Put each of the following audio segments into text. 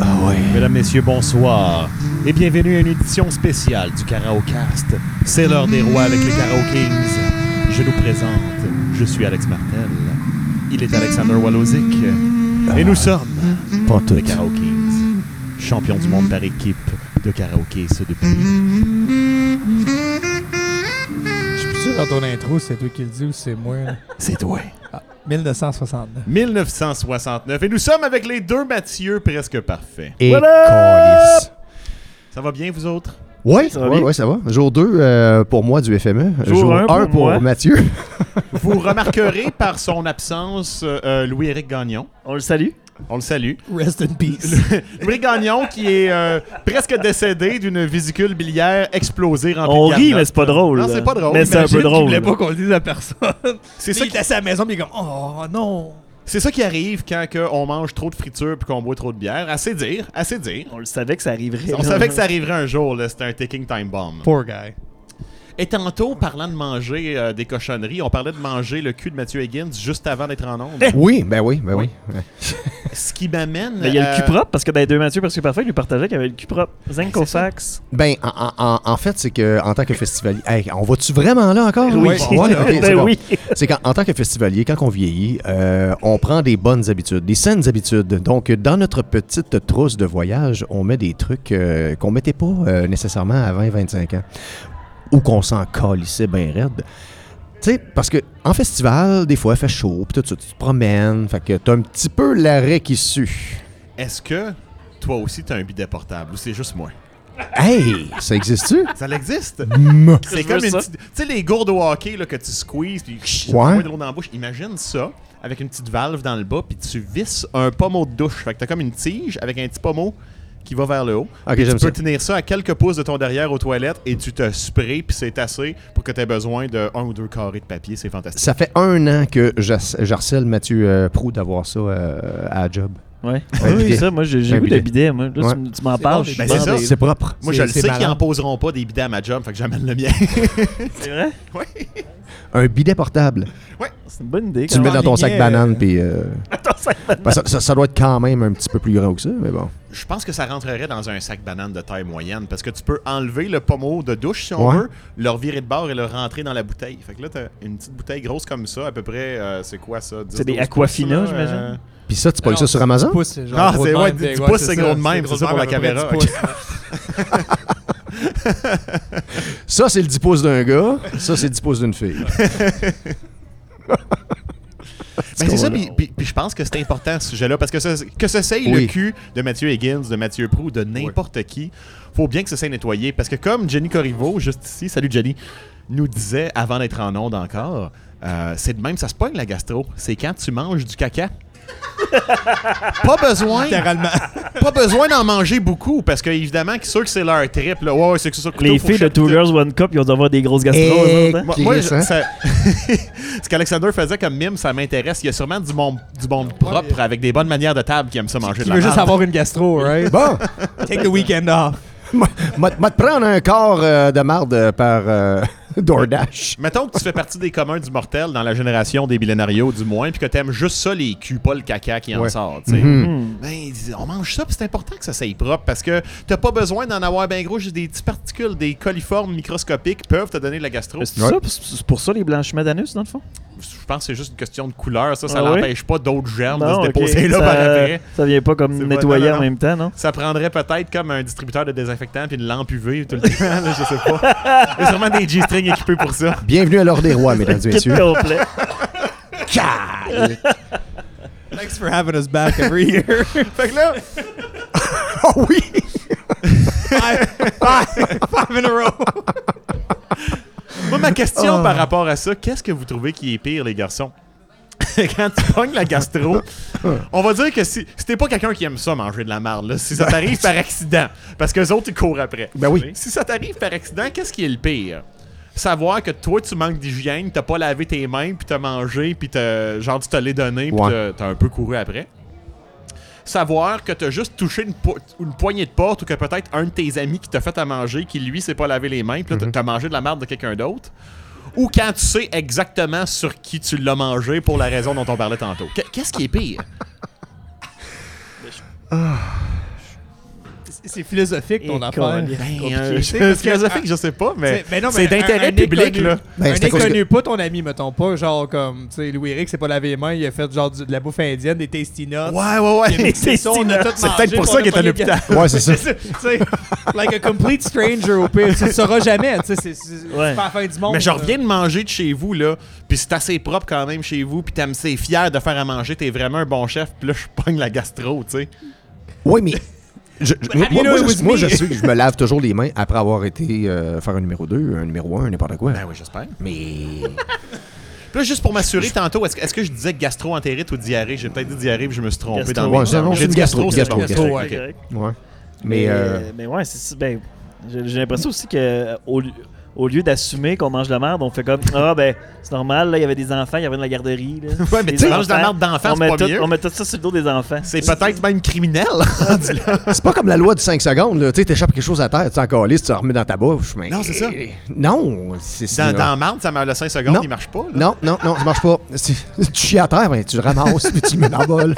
Ah oui. Mesdames, Messieurs, bonsoir et bienvenue à une édition spéciale du Karaokast. C'est l'heure des rois avec les Karaokings. Je nous présente, je suis Alex Martel. Il est Alexander Walozik. Et nous sommes Pas les toutes. Karaokings, champions du monde par équipe de karaoké, ce depuis. Je suis plus sûr dans ton intro, c'est toi qui le dis ou c'est moi. là. C'est toi. 1969. 1969. Et nous sommes avec les deux Mathieu presque parfaits. Et Voilà! câlisse. Ça va bien, vous autres? Ouais, Ça va ouais, bien? ouais, ça va. Jour 2 pour moi du FME. Jour un pour un pour moi. Mathieu. Vous remarquerez par son absence euh, euh, Louis-Éric Gagnon. On le salue. On le salue. Rest in peace. Louis Gagnon qui est euh, presque décédé d'une vésicule biliaire explosée remplie On de rit, garnottes. mais c'est pas drôle. Non, c'est pas drôle. Mais c'est un Imagine peu qu'il drôle. Il voulait pas qu'on le dise à personne. C'est Là, ça, qui- il était à sa maison, mais il est comme Oh non. c'est ça qui arrive quand que on mange trop de friture puis qu'on boit trop de bière. Assez dire, assez dire. On le savait que ça arriverait. On savait que ça arriverait un jour, là. C'était un ticking time bomb. Poor guy. Et tantôt, parlant de manger euh, des cochonneries, on parlait de manger le cul de Mathieu Higgins juste avant d'être en onde. Oui, ben oui, ben oui. Ce qui m'amène. Eh! Mais il y a le euh, cul propre, parce que dans les deux Mathieu, parce que parfait, il lui partageait qu'il avait le cul propre. Zinc au fax. Ben, en, en- en- en fait, c'est que en tant que festivalier. Hey, on va-tu vraiment là encore? Ouais, Ah ouais, ok, c'est Ben bon. oui. C'est qu'en en tant que festivalier, quand on vieillit, euh, on prend des bonnes habitudes, des saines habitudes. Donc, dans notre petite trousse de voyage, on met des trucs euh, qu'on mettait pas euh, nécessairement à 20-25 ans ou qu'on s'en calissait bien raide. Tu sais, parce que en festival, des fois, il fait chaud, puis tout ça, tu te promènes, fait que t'as un petit peu l'arrêt qui sue. Est-ce que toi aussi t'as un bidet portable ou c'est juste moi? Hey, ça existe-tu? Ça existe? Je C'est veux comme une ça. petite. Tu sais, les gourdes au hockey là, que tu squeezes puis chut, Ouais. moins de l'eau dans la bouche. Imagine ça avec une petite valve dans le bas puis tu visses un pommeau de douche. Fait que t'as comme une tige avec un petit pommeau qui va vers le haut. Puis Ok, tu Ah, j'aime peux ça. tenir ça à quelques pouces de ton derrière aux toilettes et tu te sprays puis c'est assez pour que t'aies besoin de un ou deux carrés de papier. C'est fantastique. Ça fait un an que j'harc- j'harcèle Mathieu euh, Proux d'avoir ça euh, à la job. Ouais. Un Oui, bidet. ça, moi, j'ai j'ai Un le goût de bidet. bidet. Moi. Là, Ouais. tu m- tu m'en C'est parles. bon, je mais suis c'est dans ça. des- Eh, C'est propre. Moi, C'est- je le c'est sais qu'ils malin. en poseront pas des bidets à ma job, fait que j'amène le mien. C'est vrai? Un bidet portable. C'est une bonne idée. Tu le mets dans ton sac Enligné, banane, puis. euh, ben, ça, ça- ça doit être quand même un petit peu plus grand que ça, mais bon. Je pense que ça rentrerait dans un sac banane de taille moyenne parce que tu peux enlever le pommeau de douche si on Ouais. veut, le revirer de bord et le rentrer dans la bouteille. Fait que là, t'as une petite bouteille grosse comme ça, à peu près, euh, c'est quoi ça 10, C'est des 12 pouces, Aquafina, là, j'imagine? euh, Puis ça, tu pognes Non, ça sur tu Amazon? pousses, genre, Ah, gros c'est- de ouais, même, du- puis- du pouce, c'est gros de ça, même, gros c'est ça de pour même, la à peu près caméra. dix pouces. Ça, c'est le 10 pouces d'un gars. Ça, c'est le 10 pouces d'une fille. Ben, c'est ça, drôle. puis, puis- puis je pense que c'est important ce sujet-là, parce que ce- que ce soit le Oui. cul de Mathieu Higgins, de Mathieu Prou, de n'importe qui, faut bien que ce soit nettoyé, parce que comme Jenny Corriveau, juste ici, salut Jenny, nous disait avant d'être en onde encore, euh, c'est de même, ça se pogne la gastro, c'est quand tu manges du caca. pas besoin, Littéralement. pas besoin d'en manger beaucoup, parce que évidemment, que ceux que c'est leur trip, là, ouais, ouais, c'est que ça, couteau, Les fourchette, filles de Two tout- Girls One Cup, ils ont dû avoir des grosses gastro. Eh, eux autres, hein? moi, moi, je- Chris, hein? ça- ce qu'Alexander faisait comme mime, ça m'intéresse. Il y a sûrement du monde, du monde propre avec des bonnes manières de table qui aime ça manger Tu de la veux juste merde. avoir une gastro, right? Bon, Take the weekend off. m'a m'a te prendre un corps euh, de marde euh, par euh, DoorDash. Mettons que tu fais partie des communs du mortel dans la génération des millénarios, du moins, puis que t'aimes juste ça, les culs, pas le caca qui en Ouais. sort. tu sais. Mhm. Ben, on mange ça, puis c'est important que ça s'aille propre parce que t'as pas besoin d'en avoir ben gros. J'ai des petites particules, des coliformes microscopiques peuvent te donner de la gastro. Mais C'est Ouais. ça, c'est pour ça les blanchiments d'anus, dans le fond? Je pense que c'est juste une question de couleur. Ça, ça Ah ouais? l'empêche pas d'autres germes Non, de se ok, déposer là ça, par après. Ça vient pas C'est comme vrai, nettoyer non, non, en même temps, non? Ça prendrait peut-être comme un distributeur de désinfectant puis une lampe UV tout le temps, là, je sais pas. Il y a sûrement des G-strings équipés pour ça. Bienvenue à l'Or des Rois, mesdames et Kit messieurs. complet. Calique. Thanks for having us back every year. Fait que là, Oh oui! five, five, five in a row. Ah. moi, ma question par rapport à ça, qu'est-ce que vous trouvez qui est pire, les garçons? Quand tu pognes la gastro, on va dire que si, si t'es pas quelqu'un qui aime ça manger de la marde, là, Ben, si ça t'arrive par accident, parce que les autres ils courent après. Ben oui. Si ça t'arrive par accident, qu'est-ce qui est le pire? savoir que toi, tu manques d'hygiène, t'as pas lavé tes mains, puis t'as mangé, puis t'as, genre, tu te l'es donné, puis Ouais. t'as- t'as un peu couru après. Savoir que t'as juste touché une, po- une poignée de porte ou que peut-être un de tes amis qui t'a fait à manger, qui lui s'est pas lavé les mains, puis là, t'as- t'as mangé de la merde de quelqu'un d'autre. Ou quand tu sais exactement sur qui tu l'as mangé pour la raison dont on parlait tantôt. Qu- Qu'est-ce qui est pire? C'est- C'est philosophique, ton Et affaire. colline. ben, C'est Et, compliqué, euh, tu sais, parce que- philosophique, je sais pas, Tu sais, mais, ben non, c'est mais un- d'intérêt un public, inconnu- là. Ben, un c'est à cause inconnu, pas ton ami, mettons pas, genre comme, tu sais, Louis-Rick s'est pas lavé les mains, il a fait genre du- de la bouffe indienne, des tasty nuts. Ouais, ouais, ouais. Il a mixé ça, on a tout C'est mangé, peut-être pour puis ça qu'il on a est à pogné- l'hôpital. Ouais, c'est ça. C'est ça, tu sais, like a complete stranger au pire, tu le sauras jamais, tu sais, c'est c'est- c'est Ouais. pas la fin du monde. Mais je là. reviens de manger de chez vous, là, puis c'est assez propre quand même chez vous, puis t'aimes, c'est fier de faire à manger, t'es vraiment un bon chef, puis là, je pogne la gastro, tu sais. Oui, mais. je- je- moi, Happy moi, New je, with moi, me. je suis, je me lave toujours les mains après avoir été euh, faire un numéro 2, un numéro 1, n'importe quoi. Ben oui, j'espère. Mais. Puis là, juste pour m'assurer tantôt, est-ce que, est-ce que je disais gastro-entérite ou diarrhée? J'ai peut-être dit diarrhée, puis je me suis trompé Gastro. dans Ouais, c'est- non, J'ai c'est dit une gastro, c'est gastro, bon, gastro, ok, ouais. ok. correct. Ouais. Mais. euh, mais ouais, c'est c'est- ben, j'ai j'ai l'impression aussi que euh, au, lieu- au lieu d'assumer qu'on mange de la merde, on fait comme ah ben c'est normal, là, il y avait des enfants, il y avait de la garderie. Là. Ouais, mais Les tu manges de la enfants, merde d'enfant, on c'est met pas tout- mieux. On met tout ça sur le dos des enfants. C'est peut-être même criminel. Ah, c'est pas comme la loi du 5 secondes, là. Tu sais, t'échappes quelque chose à terre, tu t'en calises, tu le remets dans ta bouche. mais- Non, c'est ça. Non, c'est ça. Dans, dans Marne, ça meurt le 5 secondes, Non. il marche pas. là. Non, non, non, ça marche pas. Si- Tu chies à terre, ben, tu le ramasses puis tu le mets dans le bol.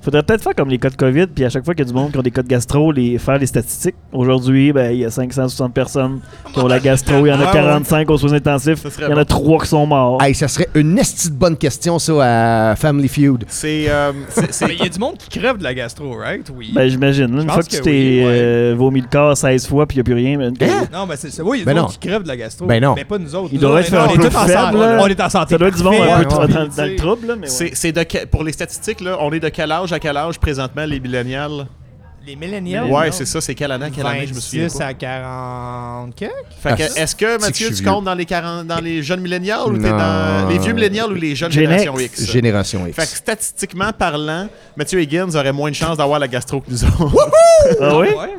Faudrait peut-être faire comme les cas de COVID, puis à chaque fois qu'il y a du monde qui ont des cas de gastro, les, faire les statistiques. Aujourd'hui, ben, il y a 560 personnes qui ont la gastro, il y en Ah, Ouais, a ouais. 45 aux soins intensifs, Ça serait il y en a 3 qui sont morts. Hey, ça serait une estie de bonne question, ça, à Family Feud. C'est. euh, c'est- c'est- Mais il y a du monde qui crève de la gastro, right? Oui. Ben, j'imagine. là, Une pense fois que, tu que t'es oui, ouais. euh, vomi le corps 16 fois, puis il n'y a plus rien. ben, Eh, Hein? non, mais c'est ça. Oui, il y a du Ben monde non. qui crève de la gastro. Ben non. Mais pas nous autres. Il Nous devrait autres, être un on est peu tous en faible, santé. là. On est en santé. Ça doit être du monde parfaite. un peu ouais, dans, dans le trouble, là, mais ouais. c'est- c'est de que- pour les statistiques, là, on est de quel âge à quel âge présentement les millénials? Les milléniaux. Ouais, c'est ça, c'est quelle année, à quelle année, je me souviens 26 pas. à 40 quelques? Fait que, Ah, est-ce que, c'est Mathieu, que je tu suis comptes dans les, 40, dans les jeunes millénials ou t'es Non. dans les vieux millénials ou les jeunes Gen X. générations X? Génération Fait que X. statistiquement parlant, Mathieu Higgins aurait moins de chances d'avoir la gastro que nous autres. Ah oui? Ouais.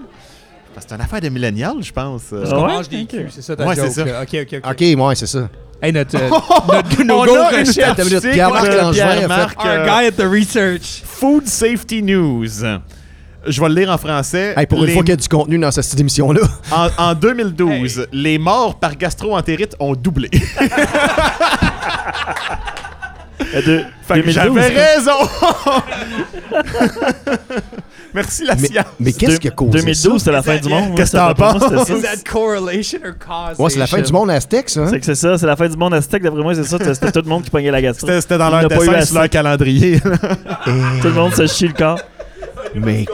Parce que c'est une affaire de millénials, je pense. Euh, Parce qu'on ouais? mange des Ok. culs, c'est ça ta Ouais, joke. c'est ça. là. Ok, ok, ok. OK, ouais, c'est ça. Hey, notre, euh, notre nos Oh! On go a une recherche. statistique minute, Pierre-Marc de Langevin a fait- Pierre-Marc, Our euh, guy at the research. Food Safety News. Je vais le lire en français. Hey, pour une Les- fois qu'il y a du contenu dans cette petite émission-là. en, en 2012, les morts par gastro-entérite ont doublé. Euh, de- Fait que 2012. J'avais raison! Merci la Mais, science. mais qu'est-ce qui a causé 2012, ça? c'est la fin du monde. Qu'est-ce que ouais, t'en d'après moi, penses? c'était Is ça. that correlation or causation? Ouais, c'est la fin du monde aztèque, ça. hein? C'est que c'est ça, c'est la fin du monde aztèque. D'après moi, c'est ça. C'était tout le monde qui pognait la gastro. C'était c'était dans leur Il n'a pas eu dessin, assez. sur leur calendrier. Tout le monde se chie le corps. Mais,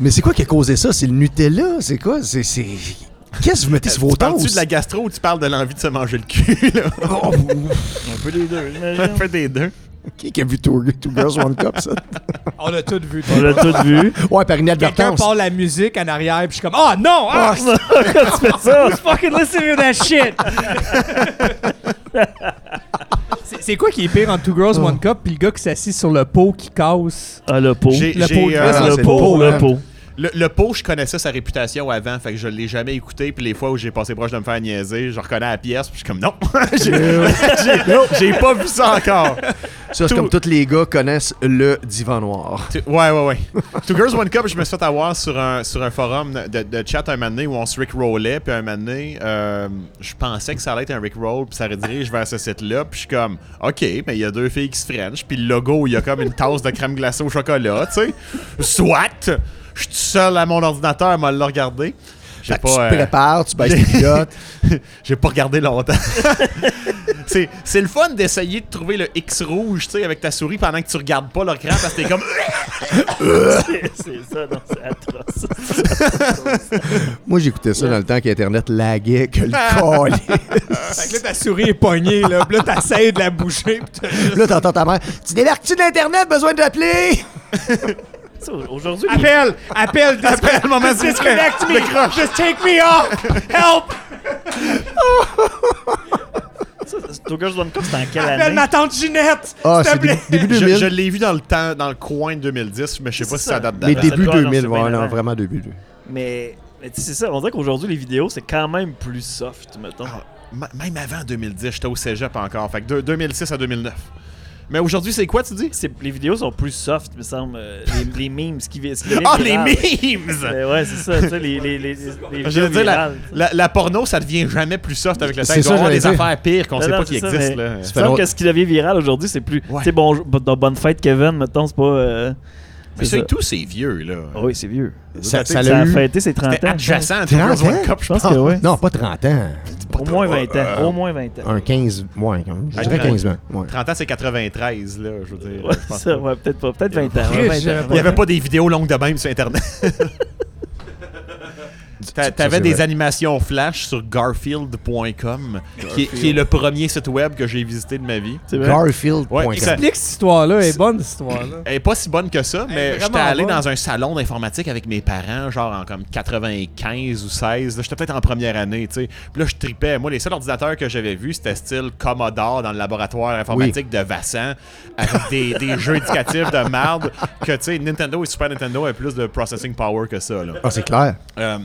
mais c'est quoi qui a causé ça? C'est le Nutella? C'est quoi? C'est... c'est- Qu'est-ce que vous mettez sur vos tu parles-tu de toasts? la gastro ou tu parles de l'envie de se manger le cul? Là? Oh, Un peu les deux, Un peu des deux. qui qui a vu Two, Two Girls One Cup, ça? On a tout vu. On l'a tout vu. Ouais, par Quelqu'un inadvertance. parle la musique en arrière, puis je suis comme, oh non! Ah, Quand tu fais ça, fucking listen to that shit! c'est c'est quoi qui est pire entre Two Girls One Cup puis le gars qui s'assit sur le pot qui casse? Ah, le pot. J'ai- Le pot, j'ai, Ah, c'est le le pot, pot, le hein. pot. Le, le pot, je connaissais sa réputation avant, fait que je l'ai jamais écouté. Puis les fois où j'ai passé proche de me faire niaiser, je reconnais la pièce, puis je suis comme non, j'ai j'ai- j'ai pas vu ça encore. Ça, Two- c'est comme tous les gars connaissent le divan noir. Tu- Ouais, ouais, ouais. Two Girls One Cup, je me suis fait avoir sur un, sur un forum de, de chat un moment donné où on se rickrollait, puis un moment donné, euh, je pensais que ça allait être un rickroll, puis ça redirige vers ce site-là, puis je suis comme, ok, mais il y a deux filles qui se French, puis le logo, il y a comme une tasse de crème glacée au chocolat, tu sais. Soit! Je suis tout seul à mon ordinateur, m'a le regarder. J'ai Fait que tu pas. te euh, prépares, tu baisses tes pilotes. J'ai pas regardé longtemps. c'est, c'est le fun d'essayer de trouver le X rouge, tu sais, avec ta souris pendant que tu regardes pas l'écran parce que t'es comme. C'est c'est ça, non, c'est atroce. Moi, j'écoutais ça dans le temps qu'Internet laguait, que Ah. le colis. Fait que là, ta souris est poignée, là, puis là, t'essayes de la bouger, puis t'as juste- Là, t'entends ta mère. Tu débarques-tu de l'Internet? Besoin de l'appeler? Ça, Aujourd'hui, les- Appelle! Appelle! Appelle le moment Disconnect me! Just take me off! Help! ça, c'est- Two Girls One Cup, c'était en quelle Appelle année? ma tante Ginette! Ah, s'il c'est te plaît! dé- début Je, 2000. je l'ai vu dans le temps, dans le coin de 2010, mais je sais pas C'est si ça ça. date Mais d'avant. dé- début doit, non, 2000, c'est ouais, bien non, avant. vraiment début 2000. Mais Mais tu sais, c'est ça, on dirait qu'aujourd'hui, les vidéos, c'est quand même plus soft, mettons. Ah, m- même avant 2010, j'étais au cégep encore. Fait que de 2006 à 2009. Mais aujourd'hui, c'est quoi, tu dis? C'est- Les vidéos sont plus soft, me semble. euh, Les, les memes, ce qui vi- ce qui devient Ah, les viral. memes! Mais ouais, c'est ça, tu sais, les, les, les, les vidéos Je veux dire, la, virales. la- la porno, ça devient jamais plus soft avec le temps. C'est Il ça, doit y avoir j'allais des dire. affaires pires qu'on Non, sait non, pas c'est qui ça, existent. mais- là. Ça Il fait semble longtemps- que ce qui devient viral aujourd'hui, c'est plus. Ouais. Tu sais, bonjour- dans Bonne Fête, Kevin, mettons, c'est pas. euh, Mais c'est ça et ça. tout, c'est vieux, là. Ah oui, c'est vieux. Ça, ça Ça l'a a eu. fêté ses 30 ans. C'était je adjacent pense. à 30 Two Girls, One ans? Cup, je Je pense pense. que oui. Ah, Non, pas 30 ans. Au moins 20 ans. Au moins 20 ans. Un 15, moins quand même. Je dirais Ouais. 15 ans. ouais. 30 ans, c'est 93, là, je veux dire. Ouais, je pense ça, pas. ouais, peut-être pas. Peut-être 20 ans. Chris, ouais, 20 ans. j'avais Il n'y avait pas des vidéos longues de même sur Internet. T'a- Ça, T'avais c'est des vrai. animations flash sur garfield.com, qui, est- qui est le premier site web que j'ai visité de ma vie. C'est vrai. Garfield.com. Ouais, ça- Explique cette histoire-là, elle est bonne cette histoire-là. Elle est pas si bonne que ça, Elle est mais vraiment j'étais allé bonne. dans un salon d'informatique avec mes parents, genre en comme 95 ou 16. là, J'étais peut-être en première année, tu sais. Puis là, je tripais. Moi, les seuls ordinateurs que j'avais vus, c'était style Commodore dans le laboratoire informatique de Vassan, avec des, des jeux éducatifs de merde que, tu sais, Nintendo et Super Nintendo avaient plus de processing power que ça, là. Ah, c'est clair. Euh,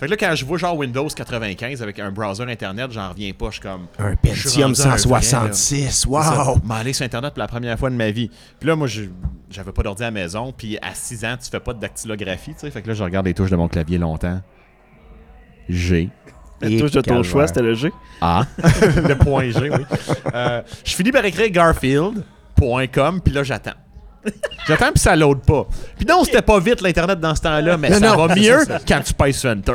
fait que là, quand je vois genre Windows 95 avec un browser Internet, j'en reviens pas. Je suis comme. Un je suis Pentium rendu à un vrai, là. 166. Wow! M'en aller sur Internet pour la première fois de ma vie. Puis là, moi, je- j'avais pas d'ordi à la maison. Puis à 6 ans, tu fais pas de dactylographie, tu sais. Fait que là, je regarde les touches de mon clavier longtemps. G. Et La touche de ton calvaire. choix, c'était le G. A. le point G, oui. Euh, je finis par écrire garfield.com, puis là, j'attends. J'attends, puis ça load pas. Puis non, c'était pas vite l'Internet dans ce temps-là, mais Non, ça non, va c'est mieux ça, quand tu payes sur Enter.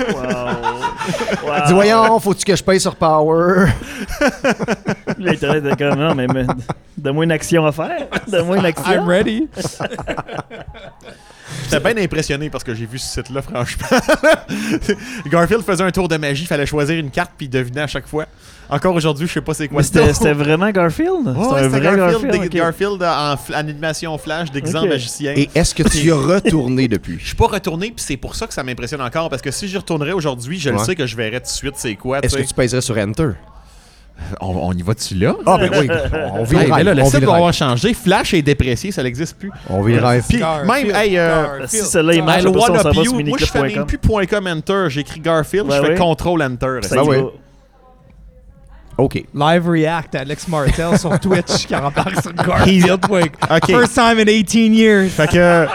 Wow. Wow. Dis voyons, faut-tu que je paye sur Power? L'Internet était comme, non, mais, mais donne-moi une action à faire. Donne-moi une action. I'm ready. J'étais bien impressionné parce que j'ai vu ce site-là, franchement. Garfield faisait un tour de magie, fallait choisir une carte puis deviner à chaque fois. Encore aujourd'hui, je sais pas c'est quoi Mais c'était C'était c'était vraiment Garfield? Ouais, c'était un c'était vrai Garfield, Garfield. des- ok. Garfield en fl- animation flash d'exemple Ok. magicien. Et est-ce que tu y as retourné depuis? Je suis pas retourné, puis c'est pour ça que ça m'impressionne encore. Parce que si j'y retournerais aujourd'hui, je le Ouais. sais que je verrais tout de suite c'est quoi. Est-ce que tu tu pèserais sur Enter? sais. On, on y va-tu là? Ah, ben oui, on vit Hey, le mais rêve. là, le on, vit site le va avoir rêve. changé. Flash est déprécié, ça n'existe plus. on vit le rêve. Puis même, hey, euh, si celle-là, il marche, I sais pas si on wanna s'en va be sur you. Moi, je fais même miniclip.com. plus point .com enter. J'écris Garfield, Ouais, je fais ouais. contrôl enter. Ben Ça y Ben va. oui. OK. Live React, Alex Martel sur Twitch qui rembarque sur Garfield. OK. First time in 18 years. Fait que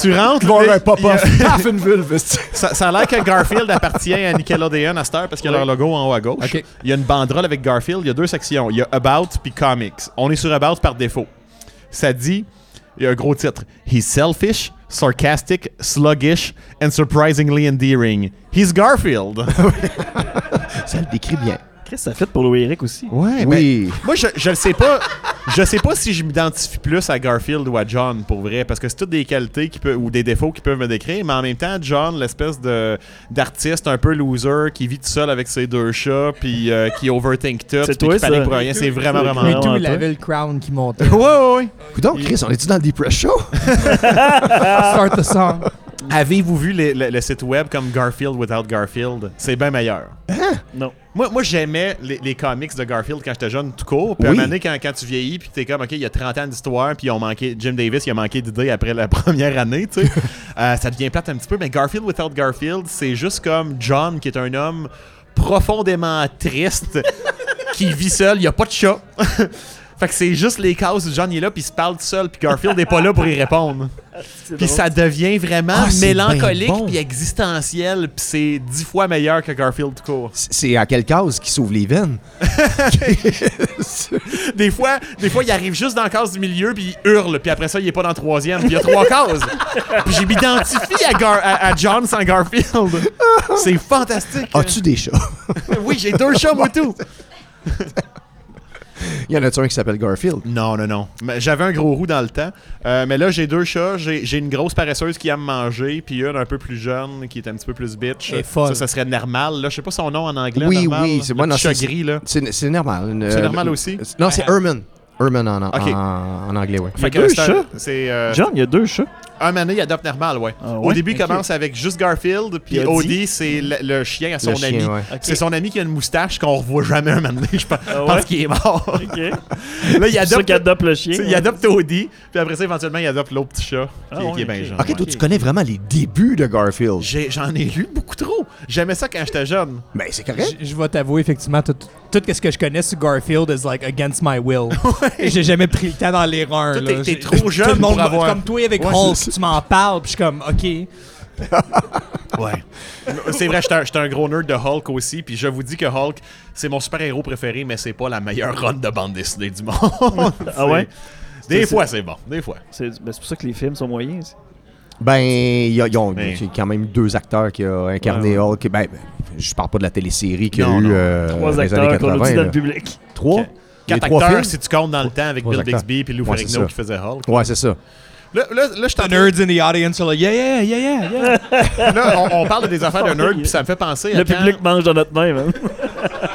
tu rentres. mais- paf, une vulve. Ça, ça a l'air que Garfield appartient à Nickelodeon à cette heure parce qu'il y a leur logo en haut à gauche. OK. Il y a une banderole avec Garfield. Il y a deux sections. Il y a About puis Comics. On est sur About par défaut. Ça dit, il y a un gros titre. He's selfish, sarcastic, sluggish and surprisingly endearing. He's Garfield. Ça le décrit bien. Chris, ça fait pour Louis Eric aussi. Ouais, ben, oui. Moi, je, je le sais pas. Je sais pas si je m'identifie plus à Garfield ou à John pour vrai, parce que c'est toutes des qualités qui peuvent, ou des défauts qui peuvent me décrire, mais en même temps, John, l'espèce de d'artiste un peu loser qui vit tout seul avec ses deux chats, puis euh, qui overthink tout, C'est puis toi, qui panique ça. pour rien, c'est vraiment C'est vraiment. toi. Mais drôle. tout, ouais, il toi. avait le crown qui montait. Ouais, ouais, ouais. Coudon, Chris, on est-tu dans le Depress Show? Start the song. Mm. Avez-vous vu le, le- le site web comme Garfield Without Garfield C'est bien meilleur. Non. Moi, moi j'aimais les, les comics de Garfield quand j'étais jeune, tout court. Puis à un Oui. moment donné, quand, quand tu vieillis, puis t'es comme, OK, il y a 30 ans d'histoire, puis ils ont manqué, Jim Davis, il a manqué d'idées après la première année, tu sais. Euh, ça devient plate un petit peu. Mais Garfield Without Garfield, c'est juste comme John, qui est un homme profondément triste, qui vit seul, il n'y a pas de chat. fait que c'est juste les cases où John il est là, puis il se parle tout seul, puis Garfield n'est pas là pour y répondre. Ah, C'est Puis drôle. ça devient vraiment Ah, c'est mélancolique, ben bon. puis existentiel, puis c'est dix fois meilleur que Garfield tout court. C'est c'est à quelle cause qui s'ouvre les veines? Des fois, des fois, il arrive juste dans la case du milieu, puis il hurle, puis après ça, il est pas dans la troisième, puis il y a trois cases. Puis je m'identifie à, Gar- à, à John sans Garfield. C'est fantastique. As-tu des chats? Oui, j'ai deux chats, moi, tout. Il y en a-tu un qui s'appelle Garfield? Non, non, non. Mais J'avais un gros roux dans le temps, euh, mais là, j'ai deux chats. J'ai j'ai une grosse paresseuse qui aime manger, puis une un peu plus jeune, qui est un petit peu plus bitch. Et folle. Ça, ça serait normal. Là, je sais pas son nom en anglais. Oui, Normal, oui, là. c'est Le moi, non, petit chat c'est- gris, là. C'est c'est normal. une- C'est normal euh, aussi? Non, c'est Herman. Herman en, en- Ok. en anglais, oui. y a Fait que deux c'est un- chats? C'est. euh, John, il y a deux chats. Un mané, il adopte normal, ouais. Ah Au ouais? début, il Ok. commence avec juste Garfield, puis Puis Odie. Odie, c'est le, le chien à son Le chien, ami. ouais. Ok. C'est son ami qui a une moustache qu'on revoit jamais un mané. Je pense, Ah ouais? pense qu'il est mort. Ok. C'est Là, il pour ça adopte, qu'il adopte le chien. tu sais, il adopte Odie, puis après ça, éventuellement, il adopte l'autre petit chat, qui, Ah qui ouais, est bien ok. gentil. Ok, toi, tu connais vraiment les débuts de Garfield. J'ai- J'en ai lu beaucoup trop. J'aimais ça quand j'étais jeune. Ben, c'est correct. Je je vais t'avouer, effectivement, tout, tout ce que je connais sur Garfield is like against my will. Et J'ai jamais pris le temps d'en lire un. Toi, là. t'es- t'es J'ai- trop tout le jeune monde pour m'a- avoir- Comme toi avec Ouais, Hulk, c'est- tu m'en parles, puis je suis comme, OK. Ouais. c'est vrai, j'étais un, j'étais un gros nerd de Hulk aussi, puis je vous dis que Hulk, c'est mon super-héros préféré, mais c'est pas la meilleure run de bande dessinée du monde. Ah ouais? C'est- Des C'est- fois, c'est bon. Des fois. C'est ben, c'est pour ça que les films sont moyens. c'est- Ben, il y a- ils ont Mais- c'est quand même deux acteurs qui ont incarné Hulk. Ben, ben, je parle pas de la télésérie qu'il y a Non, eu non. euh, dans Trois les années acteurs qu'on a 80. dit dans là. le public. Trois? Les Quatre trois acteurs, films? si tu comptes dans le temps avec Trois Bill acteurs. Dixby puis Lou Ouais, c'est Ferrigno ça. qui faisait Hulk. Ouais, c'est ça. Là, là, là, je The t'en nerds in the audience are like, yeah, yeah, yeah, yeah, yeah. là, on, on parle des affaires de nerd, puis ça me fait penser à Le quand public mange dans notre main. hein.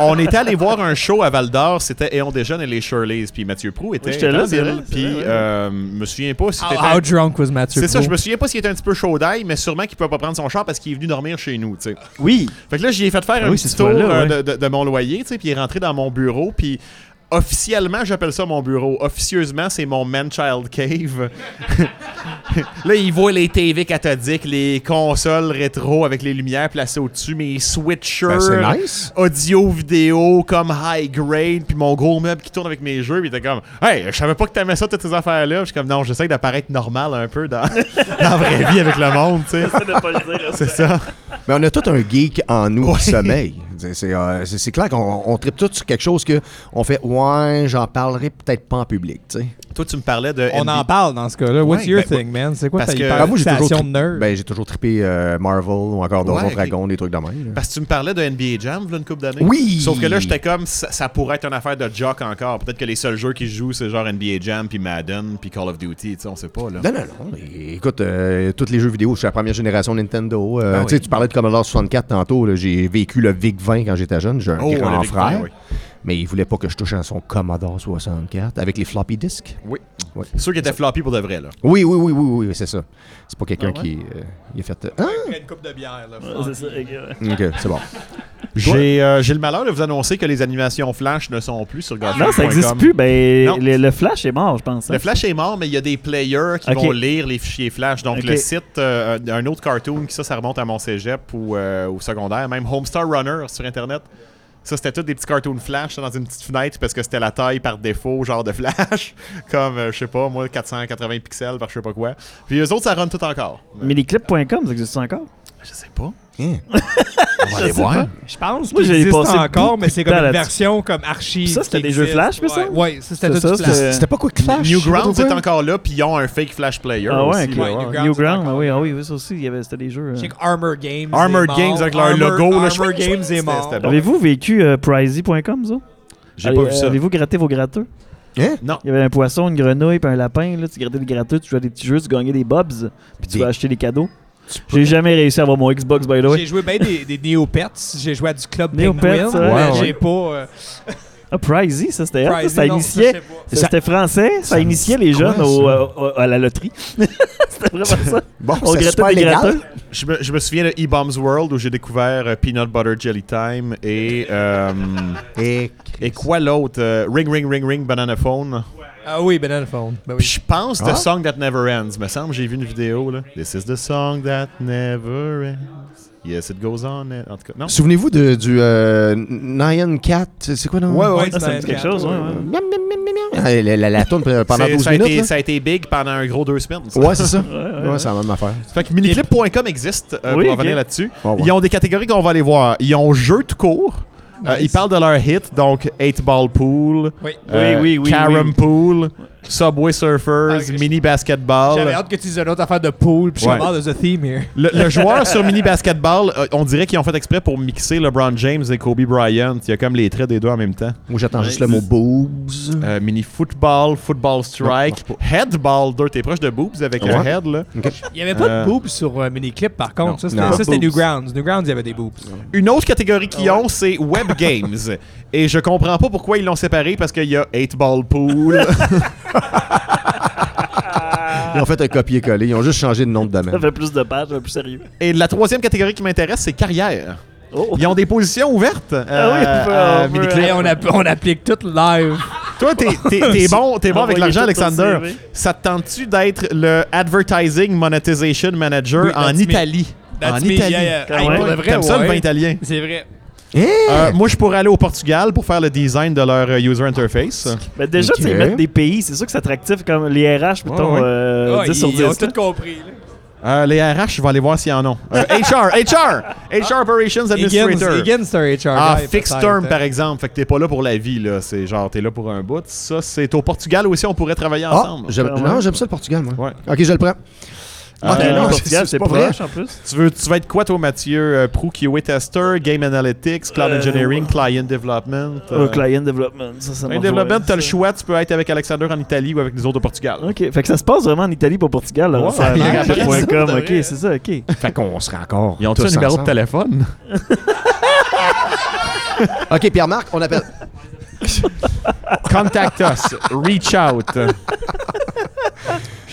on était allé voir un show à Val d'Or, c'était Éon Desjeunes et les Shirleys, puis Mathieu Prou était, Oui, j'étais était là, en c'est ville, vrai, c'est puis vrai, ouais. euh, me souviens pas si c'était How, how drunk was Mathieu C'est ça, Prou? je me souviens pas s'il était un petit peu chaud d'ail, mais sûrement qu'il peut pas prendre son char parce qu'il est venu dormir chez nous, tu sais. Oui. Fait que là, j'y ai fait faire un Ah oui, c'est petit ce tour fois-là, euh, ouais. de, de- de mon loyer, tu sais, puis il est rentré dans mon bureau, puis officiellement, j'appelle ça mon bureau. Officieusement, c'est mon man-child cave. là, il voit les TV cathodiques, les consoles rétro avec les lumières placées au-dessus, mes switchers Ben, c'est nice. audio, vidéo, comme high grade, puis mon gros meuble qui tourne avec mes jeux, puis il était comme Hey, je savais pas que t'aimais ça, toutes ces affaires-là. Puis Je suis comme Non, j'essaie d'apparaître normal un peu dans, dans la vraie vie avec le monde, tu sais. De pas le dire. C'est ça. Mais on a tout un geek en nous qui sommeille. C'est- C'est euh, c'est- c'est clair qu'on on tripe tout sur quelque chose que on fait ouais, j'en parlerai peut-être pas en public, tu sais. Toi, tu me parlais de. On en NBA. parle dans ce cas-là. What's Ouais, your ben, thing, man? C'est quoi ta parce que- Ah, moi, j'ai toujours, hyperfixation de tri- nerd? ben, j'ai toujours trippé euh, Marvel ou encore Ouais, Donjon ok. Dragon, des trucs de même. là. Parce que tu me parlais de NBA Jam, là, une couple d'années. Oui! Sauf que là, j'étais comme, ça, ça pourrait être une affaire de jock encore. Peut-être que les seuls jeux qui jouent, c'est genre NBA Jam, puis Madden, puis Call of Duty, tu sais, on sait pas, là. Non, non, non. mais Écoute, euh, tous les jeux vidéo, je suis la première génération Nintendo. Euh, Ah tu sais, oui. Tu parlais de Commodore 64 tantôt. là, J'ai vécu le VIC-20 quand j'étais jeune. J'ai un Oh, grand le Vic frère. 20, oui. Mais il voulait pas que je touche à son Commodore 64 avec les floppy disks. Oui. Ouais. Ceux qui étaient floppy pour de vrai, là. Oui, oui, oui, oui, oui, oui, c'est ça. C'est pas Ah quelqu'un qui euh, il a fait. euh, Ah, une coupe de bière, là. C'est ça. ok, ok, c'est bon. J'ai euh, j'ai le malheur de vous annoncer que les animations Flash ne sont plus sur ouais. Godfrey.com. Non, ça n'existe plus. Ben, Non. Le, le Flash est mort, je pense. hein. Le Flash est mort, mais il y a des players qui Ok. vont lire les fichiers Flash. Donc, Ok. le site, euh, un autre cartoon, qui ça, ça remonte à mon cégep ou euh, au secondaire, même Homestar Runner sur Internet. Ça, c'était tous des petits cartoons Flash dans une petite fenêtre parce que c'était la taille par défaut, genre de Flash. Comme, euh, je sais pas, moi, 480 pixels par je sais pas quoi. Puis eux autres, ça run tout encore. Euh, Mais les clips.com, ça existe encore? Je sais pas. Hein. On va aller voir. Je pense Moi, qu'il j'ai existe passé encore, beaucoup mais c'est de comme temps une là-dessus. version comme archive. Puis ça, c'était qui des jeux existe. Flash, mais ça? Ouais, ouais, ça, c'était C'est tout ça, du Flash. c'était- C'était pas quoi Clash Newgrounds je sais est pas encore là, puis ils ont un fake Flash player. Ah ouais, aussi, ok. là, Ouais, Newgrounds, Newgrounds, c'est ah encore oui, là. ah oui, oui, ça aussi, il y avait- c'était des jeux. euh. Je sais que Armor Games. Armor est mort. Games avec leur Armor- logo, là, je- Armor Games est mort. C'était bon. Avez-vous vécu euh, Prizy.com, ça? J'ai pas Avez- vu ça. Avez-vous gratté vos gratteux? Hein? Non. Il y avait un poisson, une grenouille, puis un lapin. Là, tu grattais des gratteux, tu jouais à des petits jeux, tu gagnais des bobs, puis tu Des- vas acheter des cadeaux. J'ai jamais réussi à avoir mon Xbox, by the way. J'ai joué bien des, des Neopets. J'ai joué à du Club Neopets, Penguin. ça, mais ouais, j'ai ouais. pas. euh, Ah, Prizy, ça c'était hot, ça, Prizy, ça non, initiait. ça, je sais pas. Ça- C'était français, ça, me initiait dit les quoi, jeunes au- euh, au- à la loterie. c'était vraiment ça. Bon, c'est On grattait super des légal. gratteux. Je me, je me souviens de E-Bombs World où j'ai découvert euh, Peanut Butter Jelly Time et. euh, Et... et quoi l'autre Euh, Ring Ring Ring Ring Banana Phone. Ah oui, Banana Phone. Ben Puis oui. je pense The Ah. Song That Never Ends. Me semble, j'ai vu une vidéo là. This is the song that never ends. Yes, it goes on. and- En tout cas, non. Souvenez-vous de, du euh, Nyan Cat, c'est quoi non ouais, Ah, ça me c'est dit quelque chose, ouais. ouais. Miam, miam, miam, miam, miam. Ah, La, la, la tourne pendant C'est- 12 ça, a minutes. été, là. ça a été big pendant un gros deux semaines. ça. Ouais, c'est ça. ouais, Ouais, c'est la même affaire. Fait que miniclip.com existe euh, Oui, pour ok. revenir là-dessus. Ah ouais. Ils ont des catégories qu'on va aller voir. Ils ont jeux tout court. Euh, ils parlent de leurs hits, donc 8 Ball Pool, Oui. euh, oui, oui, Carom oui. Pool, Subway Surfers, Ah, ok. Mini J'avais Basketball. hâte que tu dises une autre affaire de pool. Puis je Ouais. suis mort, there's a theme here. Le, le joueur sur Mini Basketball, euh, on dirait qu'ils ont fait exprès pour mixer LeBron James et Kobe Bryant. Il y a comme les traits des deux en même temps. Moi, j'attends juste le mot boobs. Euh, mini Football, Football Strike, Headball 2. T'es proche de Boobs avec un Ouais. head, là. Il y avait pas Euh, de boobs sur euh, Miniclip, par Non. contre. Ça, Non. c'était- ça, c'était Boobs. Newgrounds. Newgrounds, il y avait des boobs. Une autre catégorie qu'ils Ah ont, c'est Web Games. Et je comprends pas pourquoi ils l'ont séparé parce qu'il y a 8 Ball Pool. Ils ont fait un copier-coller. Ils ont juste changé de nom de Ça domaine. fait plus de pages, un peu plus sérieux. Et la troisième catégorie qui m'intéresse, c'est carrière. Oh! Ah Ils ont des positions ouvertes. euh, Ah oui, on peut- à on peut- Miniclip. Hey, on, app- on applique tout live. Toi, t'es, t'es- t'es bon, t'es bon avec Envoyez l'argent, tout ton Alexander. CV. Ça te tente-tu d'être le Advertising Monetization Manager Oui, en that's me. Italie? en That's me, Italie. yeah, yeah. Quand Hey, même. pour de vrai, T'aimes ça, le ouais. vin italien? C'est vrai. Eh! Euh, moi, je pourrais aller au Portugal pour faire le design de leur euh, user interface. Mais déjà, Ok. tu sais, mettre des pays, c'est sûr que c'est attractif comme les RH, mettons, ouais. euh, Ouais, 10 sur ils ont 10. tout compris. là. Euh, les RH, je vais aller voir s'il y en a. Euh, HR, HR! HR Operations Administrator. Higgins, Higgins, c'est un HR. Ah, guy, fixed peut-être, term, hein. par exemple. Fait que t'es pas là pour la vie, là. C'est genre, t'es là pour un bout. Ça, c'est au Portugal aussi, on pourrait travailler Ah, ensemble. j'aime- Ah ouais. non, j'aime ça le Portugal, moi. Ouais. Ok, je le prends. Ok, Euh, non, le c'est- Portugal, c'est pas vrai. proche en plus. Tu veux, tu vas être quoi, toi, Mathieu? Euh, Pro QA Tester, Game Analytics, Cloud Euh, Engineering, Client Development. Euh, euh, client development, ça, ça Client m'a Development, joué, t'as le ça. choix. Tu peux être avec Alexander en Italie ou avec nous autres au Portugal. Ok, fait que ça se passe vraiment en Italie, pas au Portugal. Là, Ouais, Ça a il y a l'air un peu de point ça, com, de ok, vrai. c'est ça, ok. Fait qu'on sera encore. Ils ont-tu un tous numéro de ensemble. téléphone? Ok, Pierre-Marc, on appelle. Contact us. Reach out.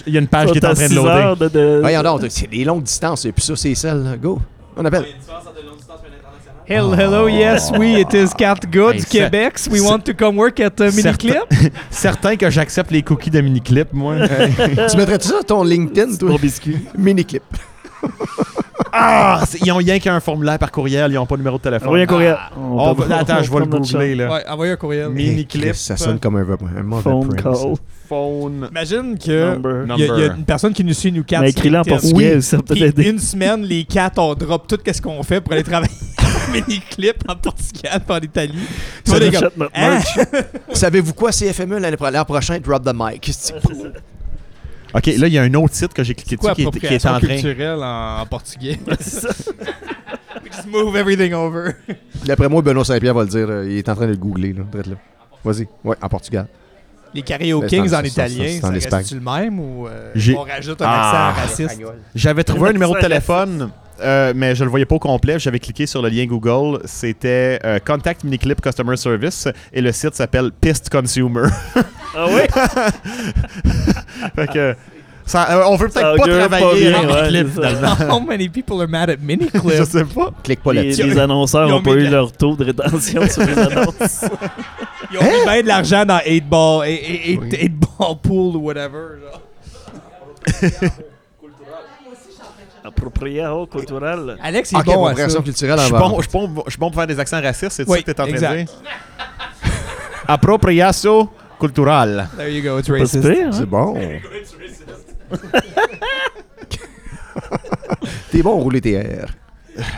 Il y a une page Soit qui est Ah, en t'as train de six loader. heures de, de- Voyons donc, c'est des longues distances. Et puis ça, c'est celle, là. Go. On appelle. Hello, hello, yes, we, it is Cat Good Oh. Hey, du c'est- Québec. We want to come work at uh, Miniclip. Certain que j'accepte les cookies de miniclip, moi. tu mettrais-tu ça ton LinkedIn, toi? Bon biscuit. Mini-clip. ah! c'est- Ils ont rien qu'un formulaire par courriel, ils n'ont pas de numéro de téléphone. Envoyez un courriel. Ah, On peut- va- attends, on je vais le prend notre googler, chance. là. Ouais, envoyez un courriel. Miniclip. Ça sonne comme un, un mauvais Phone prank, ça. call. Euh, Phone. Imagine que Number. il y, a- y a Number. une personne qui nous suit, nous quatre. Mais sur écris-le en LinkedIn. portugais, ça va peut-être Puis aider. une semaine, les quatre, on drop tout ce qu'on fait pour aller travailler Miniclip en Portugal, puis en Italie. Tout Ça le monde est comme, nous achète notre Hein? merch. Savez-vous quoi, CFME, E, l'année pro- l'an prochain, drop the mic. C'est- OK, là, il y a un autre site que j'ai cliqué dessus Quoi, qui est, qui est appropriation en train. culturelle en, en portugais? C'est ça. We just move everything over. D'après moi, Benoît Saint-Pierre va le dire. euh, Il est en train de le googler, là. drette là. Vas-y. Ouais, en Portugal. Les karaoke Mais c'est en- kings en c'est- c'est- italien, c'est en ça Espagne. reste-tu le même ou euh, J'ai- on rajoute un Ah. accent raciste? J'avais trouvé un numéro de Ça, téléphone, euh, mais je le voyais pas au complet. J'avais cliqué sur le lien Google. C'était euh, Contact Miniclip Customer Service et le site s'appelle Pissed Consumer. Ah ouais? fait que, ça, euh, on veut Ça peut-être pas hein, augure Ah, pas travailler bien, avec ouais, Miniclip. c'est ça. finalement. How many people are mad at Je Miniclip? sais pas. Clique pas les, là-dessus. les annonceurs Ils ont n'ont pas mis eu de la- leur taux de rétention sur les annonces. Ils ont mis bien de l'argent dans 8 ball, et- et- eight- eight ball pool ou whatever. genre. Appropriado cultural. Ah, Alex, il est Ah, Ok, bon à ça. appropriation culturelle Je en suis bas. bon, je suis bon- je suis bon pour faire des accents racistes, c'est Ah, bah. Oui, ça que t'es en train de exact. dire? Appropriation culturelle. There you go, it's Pas si racist. pire, hein? C'est bon. T'es bon, rouler tes R.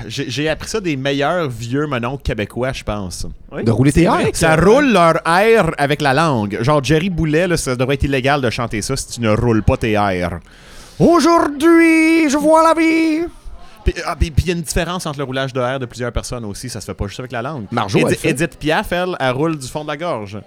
J'ai j'ai appris ça des meilleurs vieux menons québécois, je pense. Oui. De rouler tes R? Ça roule leur R avec la langue. Genre Jerry Boulet, là, ça devrait être illégal de chanter ça si tu ne roules pas tes R. Aujourd'hui, je vois la vie. Puis ah, puis- puis il y a une différence entre le roulage de R de plusieurs personnes aussi, ça se fait pas juste avec la langue. Marjo, elle le fait. Edith Piaf, elle, elle roule du fond de la gorge.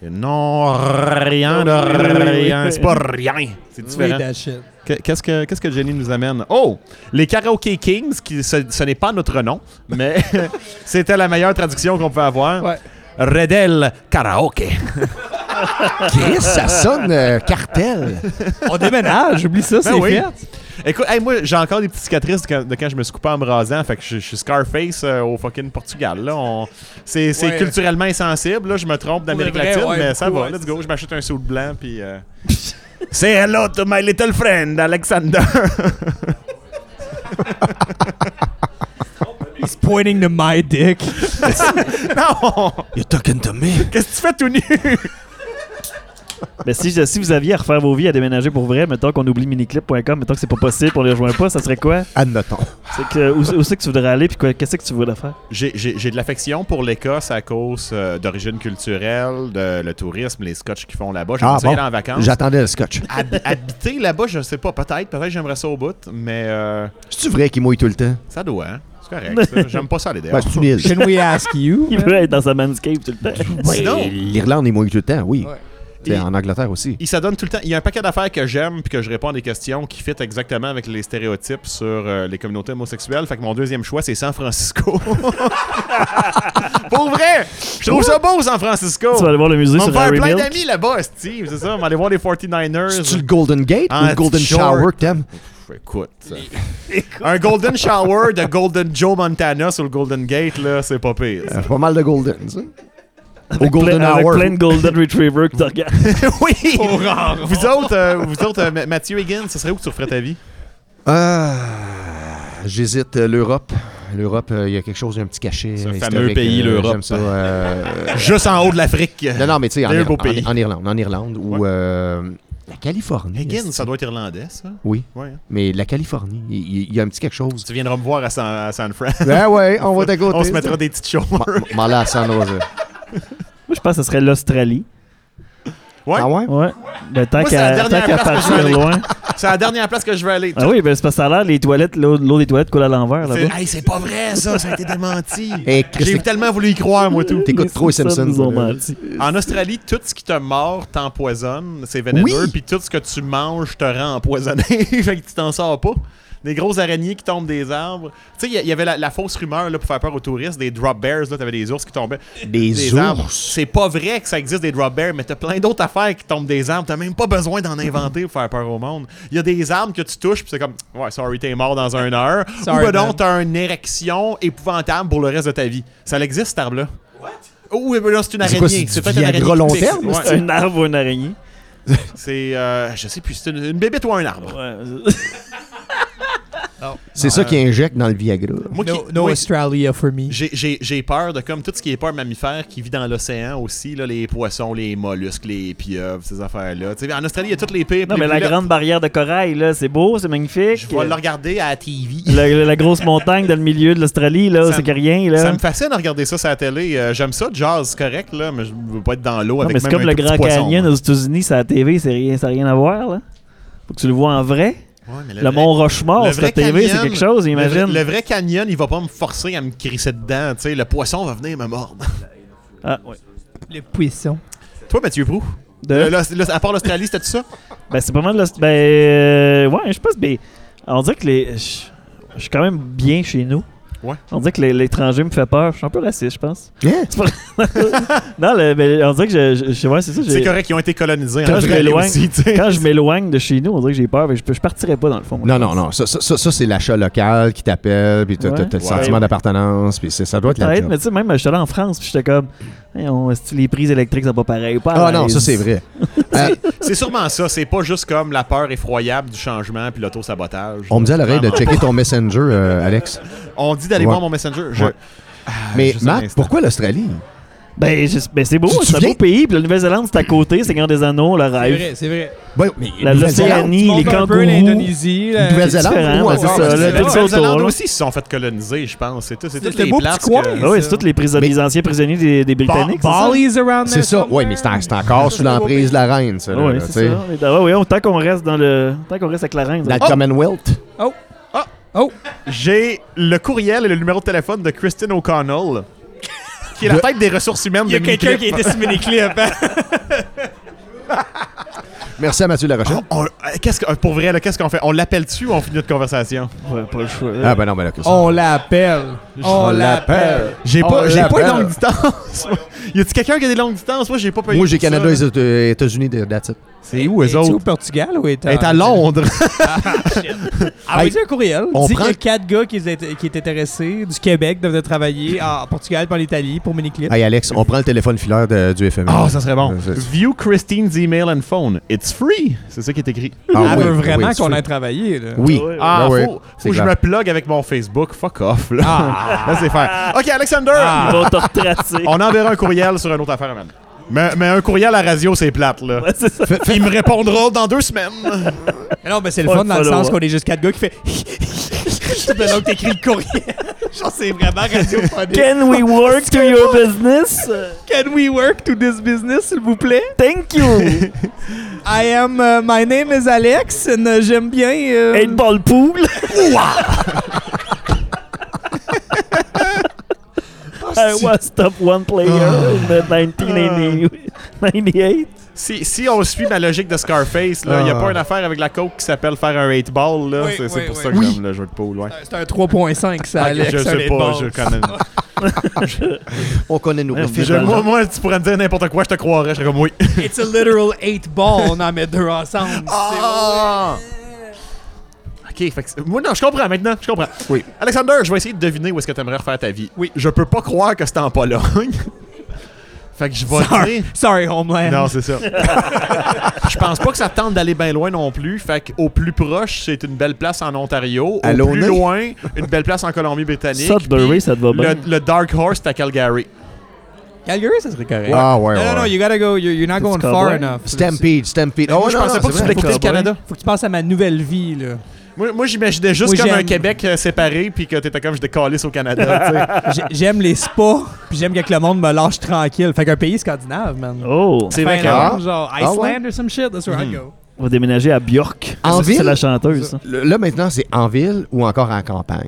C'est non, rien de rien. C'est pas rien. C'est Read différent. ben- that shit. Que- Qu'est-ce que, qu'est-ce que Jenny nous amène? Oh! Les Karaoke Kings, qui, ce, ce n'est pas notre nom, mais c'était la meilleure traduction qu'on pouvait avoir. Ouais. Redel Karaoke. Chris, ça sonne euh, cartel. On déménage, oublie ça, c'est oui. fait. Écoute, hey, moi, j'ai encore des petites cicatrices de quand, de quand je me suis coupé en me rasant. Fait que je, je suis Scarface euh, au fucking Portugal. Là. On- c'est, c'est Ouais. culturellement insensible. Là. Je me trompe d'Amérique Pour de vrai, latine, ouais, mais ça beaucoup, va. ouais, Let's c'est go. Je m'achète un saut blanc. Puis, euh, Say hello to my little friend, Alexander. He's pointing to my dick. non! You're talking to me. Qu'est-ce que tu fais tout nu? Mais si, je- si vous aviez à refaire vos vies, à déménager pour vrai, mettons qu'on oublie miniclip.com, mettons que c'est pas possible, on les rejoint pas, ça serait quoi? Admettons. C'est que, où, où c'est que tu voudrais aller, puis quoi- qu'est-ce que tu voudrais faire? J'ai- J'ai j'ai de l'affection pour l'Écosse à cause euh, d'origine culturelle, de le tourisme, les scotch qui font là-bas. Je Ah, pensais bon. aller en vacances. J'attendais le scotch. Hab- habiter là-bas, je sais pas, peut-être, peut-être j'aimerais ça au bout, mais euh, C'est-tu vrai qu'il mouille tout le temps? ça doit, hein? C'est correct. ça. J'aime pas ça aller Ben, dehors. c'est une île. Can we ask you? Il veut être dans sa manscape tout le temps. Ouais, Sinon- L'Irlande, il Ben, mouille tout le temps, oui. Ouais. Tu sais, Et- En Angleterre aussi. Il s'adonne tout le temps. Il y a un paquet d'affaires que j'aime puis que je réponds à des questions qui fit exactement avec les stéréotypes sur euh, les communautés homosexuelles. Fait que mon deuxième choix, c'est San Francisco. Pour vrai! Je trouve ça beau, San Francisco! Tu vas aller voir le musée On sur va Harry faire plein Milk. d'amis là-bas, Steve, c'est ça? On va aller voir les 49ers. C'est-tu le Golden Gate Ah, ou le Golden short. Shower que t'aimes? Écoute. Un Golden Shower de Golden Joe Montana sur le Golden Gate, là, c'est pas pire. Euh, pas mal de Golden, ça. Au Avec Golden plein, avec Hour. plein de Golden Retriever que tu regardes. oui! Vous autres, euh, vous autres euh, Ma- Mathieu Higgins, ce serait où que tu referais ta vie? Ah, J'hésite. euh, L'Europe. L'Europe, euh, il y a quelque chose, un petit cachet. Ce historique, fameux pays, euh, l'Europe. j'aime ça, euh, Juste en haut de l'Afrique. Non, non, mais tu sais, en, Un Ir- beau en- pays. en Irlande, en Irlande, ou Ouais. euh, la Californie. Higgins, est-ce- ça doit être irlandais, ça? Oui, Ouais. hein. mais la Californie, il- il il y, a un petit quelque chose. Tu viendras me voir à San, à San Fran. Ben ouais, on va t'écouter. Ah On se mettra des petites choses. M'en à San Jose. Moi, je pense que ce serait l'Australie. Ouais. Ah ouais? Ouais. Le temps Moi, c'est la qu'à dernière tant qu'à place que je partir vais loin. C'est la dernière place que je vais aller. Ah oui, ben c'est parce que ça a l'air, les toilettes, l'eau l'eau des toilettes coule à l'envers C'est là-bas. hey, c'est pas vrai, ça. Ça a été démenti. Et que J'ai c'est- tellement voulu y croire, moi, tout. T'écoutes trop les Ça, Simpsons. nous ont là. menti. En Australie, tout ce qui te mord t'empoisonne, c'est vénéneux, Oui. puis tout ce que tu manges te rend empoisonné, fait que tu t'en sors pas. Des grosses araignées qui tombent des arbres. Tu sais, il y a- il y, avait la, la fausse rumeur là, pour faire peur aux touristes, des drop bears, là, t'avais des ours qui tombaient. Des, arbres. ours. C'est pas vrai que ça existe des drop bears, mais t'as plein d'autres affaires qui tombent des arbres. T'as même pas besoin d'en inventer pour faire peur au monde. Il y a des arbres que tu touches, puis c'est comme, ouais, sorry, t'es mort dans un heure. Sorry, Ou ben non, man. t'as une érection épouvantable pour le reste de ta vie. Ça existe, cet arbre-là. Oh, oui, mais là, c'est une C'est quoi, araignée. c'est C'est du peut-être une Viagra araignée. long qui pique. terme, Ouais. C'est un arbre ou une araignée. C'est, euh, je sais plus, c'est une, une bébête ou un arbre. Ouais. C'est ça qui injecte dans le Viagra. Euh, Moi, qui- No, no moi, Australia for me. j'ai- j'ai j'ai peur de comme tout ce qui est peur mammifère qui vit dans l'océan aussi, là, les poissons, les mollusques, les pieuvres, ces affaires-là. Tu sais, en Australie, il y a toutes les pipes. Non, les mais la boulettes. grande barrière de corail, là, c'est beau, c'est magnifique. Je vais le regarder à la TV. la, la- la grosse montagne dans le milieu de l'Australie, là, Ça c'est me- que rien, là. Ça me fascine de regarder ça sur la télé. Euh, J'aime ça, jazz, c'est correct, là, mais je veux pas être dans l'eau Non, avec mais c'est même comme un le tout Grand petit poisson, Canyon là. aux États-Unis, c'est à la TV, c'est rien, ça n'a rien à voir, là. Faut que tu le vois en vrai. Ouais, mais Le vrai- Mont Rochemort, le c'est vrai la TV, c'est canyon- quelque chose, le vrai- imagine. Le vrai canyon, il va pas me forcer à me crisser dedans. tu sais. Le poisson va venir me mordre. Ah, ouais. Le poisson. Toi, Mathieu Prou, De- Euh, à part l'Australie, c'était tout ça? Ben, c'est pas mal de l'Aust- Ben, euh, ouais, je pense. Ben, on dirait que les. Je je suis quand même bien chez nous. Ouais. On dirait que les- l'étranger me fait peur. Je suis un peu raciste, je pense. Hein? Non, le- ben, on dirait que je. je, je- ouais, c'est ça. j'ai- C'est correct, ils ont été colonisés en Quand je Australie m'éloigne- aussi. tu sais. Quand je m'éloigne de chez nous, on dirait que j'ai peur. mais je, peux- je partirai pas, dans le fond. moi, Non, je non, pense. non. Ça, ça, ça, ça, c'est l'achat local qui t'appelle, puis t'as t'as- t'as le Ouais. sentiment d'appartenance, puis c'est- ça doit être la Peut-être, job. mais tu sais, même, j'étais allé en France, puis j'étais comme. Hey, on- est-ce que les prises électriques, c'est pas pareil. Pas à Ah non, l'aise. ça, c'est vrai. Euh, C'est sûrement ça. C'est pas juste comme la peur effroyable du changement puis l'auto-sabotage. On me dit à l'oreille de Vraiment. checker ton Messenger, euh, Alex. On dit d'aller Ouais. voir mon Messenger. Je- Ah, Ouais. Mais juste un Matt, instant. pourquoi l'Australie? Ben, je- ben, c'est beau, Tu te c'est un souviens? beau pays. Puis la Nouvelle-Zélande, c'est à côté, c'est Grand des Anneaux, le C'est rêve. vrai, c'est vrai. Ouais, mais La- Nouvelle-Zélande. l'Océanie, Tu Ah, les montes un peu kangourous. l'Indonésie, euh, la- Nouvelle-Zélande. Différent, ou encore ouais, c'est La ça, là, tout ça autour, Nouvelle-Zélande là. aussi, ils se sont fait coloniser, je pense. C'est tout- c'est C'est toutes le les beau places petit coin. que- Ah oui, c'est tous les prisonniers, Mais- anciens prisonniers des, des Britanniques. c'est ça? Bali's around C'est ça. Oui, mais c'est en- c'est encore sous l'emprise de la reine, ça. là, Ah Oui, là, c'est Euh, tu sais. ça. Mais d'abord, voyons, tant qu'on reste dans le. Tant qu'on reste avec la reine. La Oh! Commonwealth. Oh! Oh! J'ai le courriel et le numéro de téléphone de Christine O'Connell, qui est la De- tête des ressources humaines Il y a de quelqu'un Miniclip. qui a été sur hein. Miniclip. Merci à Mathieu Larochelle. On- euh, qu'est-ce que- euh, pour vrai, là, qu'est-ce qu'on fait? On l'appelle-tu ou on finit notre conversation? Ouais, pas le choix. Ah ben non, mais là, que ça. On l'appelle. On l'appelle. J'ai On pas, j'ai pas l'appelle. une longue distance. y a-tu quelqu'un qui a des longues distances? Moi, j'ai pas payé. Moi, j'ai Canada ça, et là. Éta- États-Unis de la titre. C'est où, eux Es-tu au autres? Portugal ou est Elle est à Londres. Ah Hey, oui, un courriel. on On dit prend- qu'il y a quatre gars qui, étaient- qui étaient intéressés du Québec de venir travailler en Portugal et en Italie pour Miniclip. Hey Alex, on prend le téléphone filaire de- du FMI. Ah, ça serait bon. Euh, c'est- View Christine's email and phone. It's free. C'est ça qui est écrit. Ah Elle oui, veut oui, vraiment oui, qu'on c'est- aille travailler. là. Oui. Ah, Ah, Ah, oui, faut, c'est faut que je clair. Ah. me plug avec mon Facebook. Fuck off, là. Là, c'est faire. OK, Alexander, Ils vont te retracer. on enverra un courriel sur une autre affaire, man. Mais, mais un courriel à radio, c'est plate, là. Ouais, c'est ça. Il me répondra dans deux semaines. Mais Eh Non, mais c'est le Pas fun de dans le follow-up. sens qu'on est juste quatre gars qui fait. Tout le long que t'écris le courriel. Genre, c'est vraiment radiophonique. Can we work to your business? euh, Can we work to this business, s'il vous plaît? Thank you! I am. uh, my name is Alex, and uh, j'aime bien. euh, Eight ball pool! Ah, I was top one player in the 1998. Si, si on suit ma logique de Scarface, il n'y a Ah. pas une affaire avec la coke qui s'appelle faire un 8 ball. là. Oui, c'est c'est oui, pour oui. ça que Oui. j'aime le jeu de poule. Ouais. C'est un 3.5, ça, Ok, Alex. je un sais pas, meatball. je connais. On connaît nos Ouais, on références. Je- Dans le moi, genre. moi, tu pourrais me dire n'importe quoi, je te croirais, je serais comme oui. It's a literal 8 ball, on en met deux ensemble. Ah! Ok, fait que c'est- moi non, je comprends maintenant, je comprends. Oui. Alexander, je vais essayer de deviner où est-ce que tu aimerais refaire ta vie. Oui. Je peux pas croire que c'est en Pologne. fait que je vais Sorry, dire- sorry, Homeland. Non, c'est ça. je pense pas que ça te tente d'aller bien loin non plus. Fait que au plus proche, c'est une belle place en Ontario. Au À plus Launay? loin, une belle place en Colombie-Britannique. Sudbury, Puis ça te va bien. Le, le Dark Horse, c'est à Calgary. Calgary, ça serait correct. Ah ouais, Non, ouais. non, non, you gotta go. You're, you're not going Petit far cowboy. enough. Stampede, Stampede. Oh, moi, je non, pensais non, pas que c'est tu voulais vrai. quitter le Cowboy. Canada. Faut que tu penses à ma nouvelle vie, là. Moi, moi, j'imaginais juste Moi, comme un j'aime- Québec euh, séparé, puis que t'étais comme je décalisse au Canada. tu sais. J'ai- J'aime les spas, puis j'aime que le monde me lâche tranquille. Fait qu'un pays scandinave, man. Oh, C'est vrai que Ah. Finlande, genre Ah Iceland ouais? or some shit, that's where Mhm. I go. on va déménager à Bjork. En Ça, C'est ville? la chanteuse. ça. Le- Là, maintenant, c'est en ville ou encore en campagne?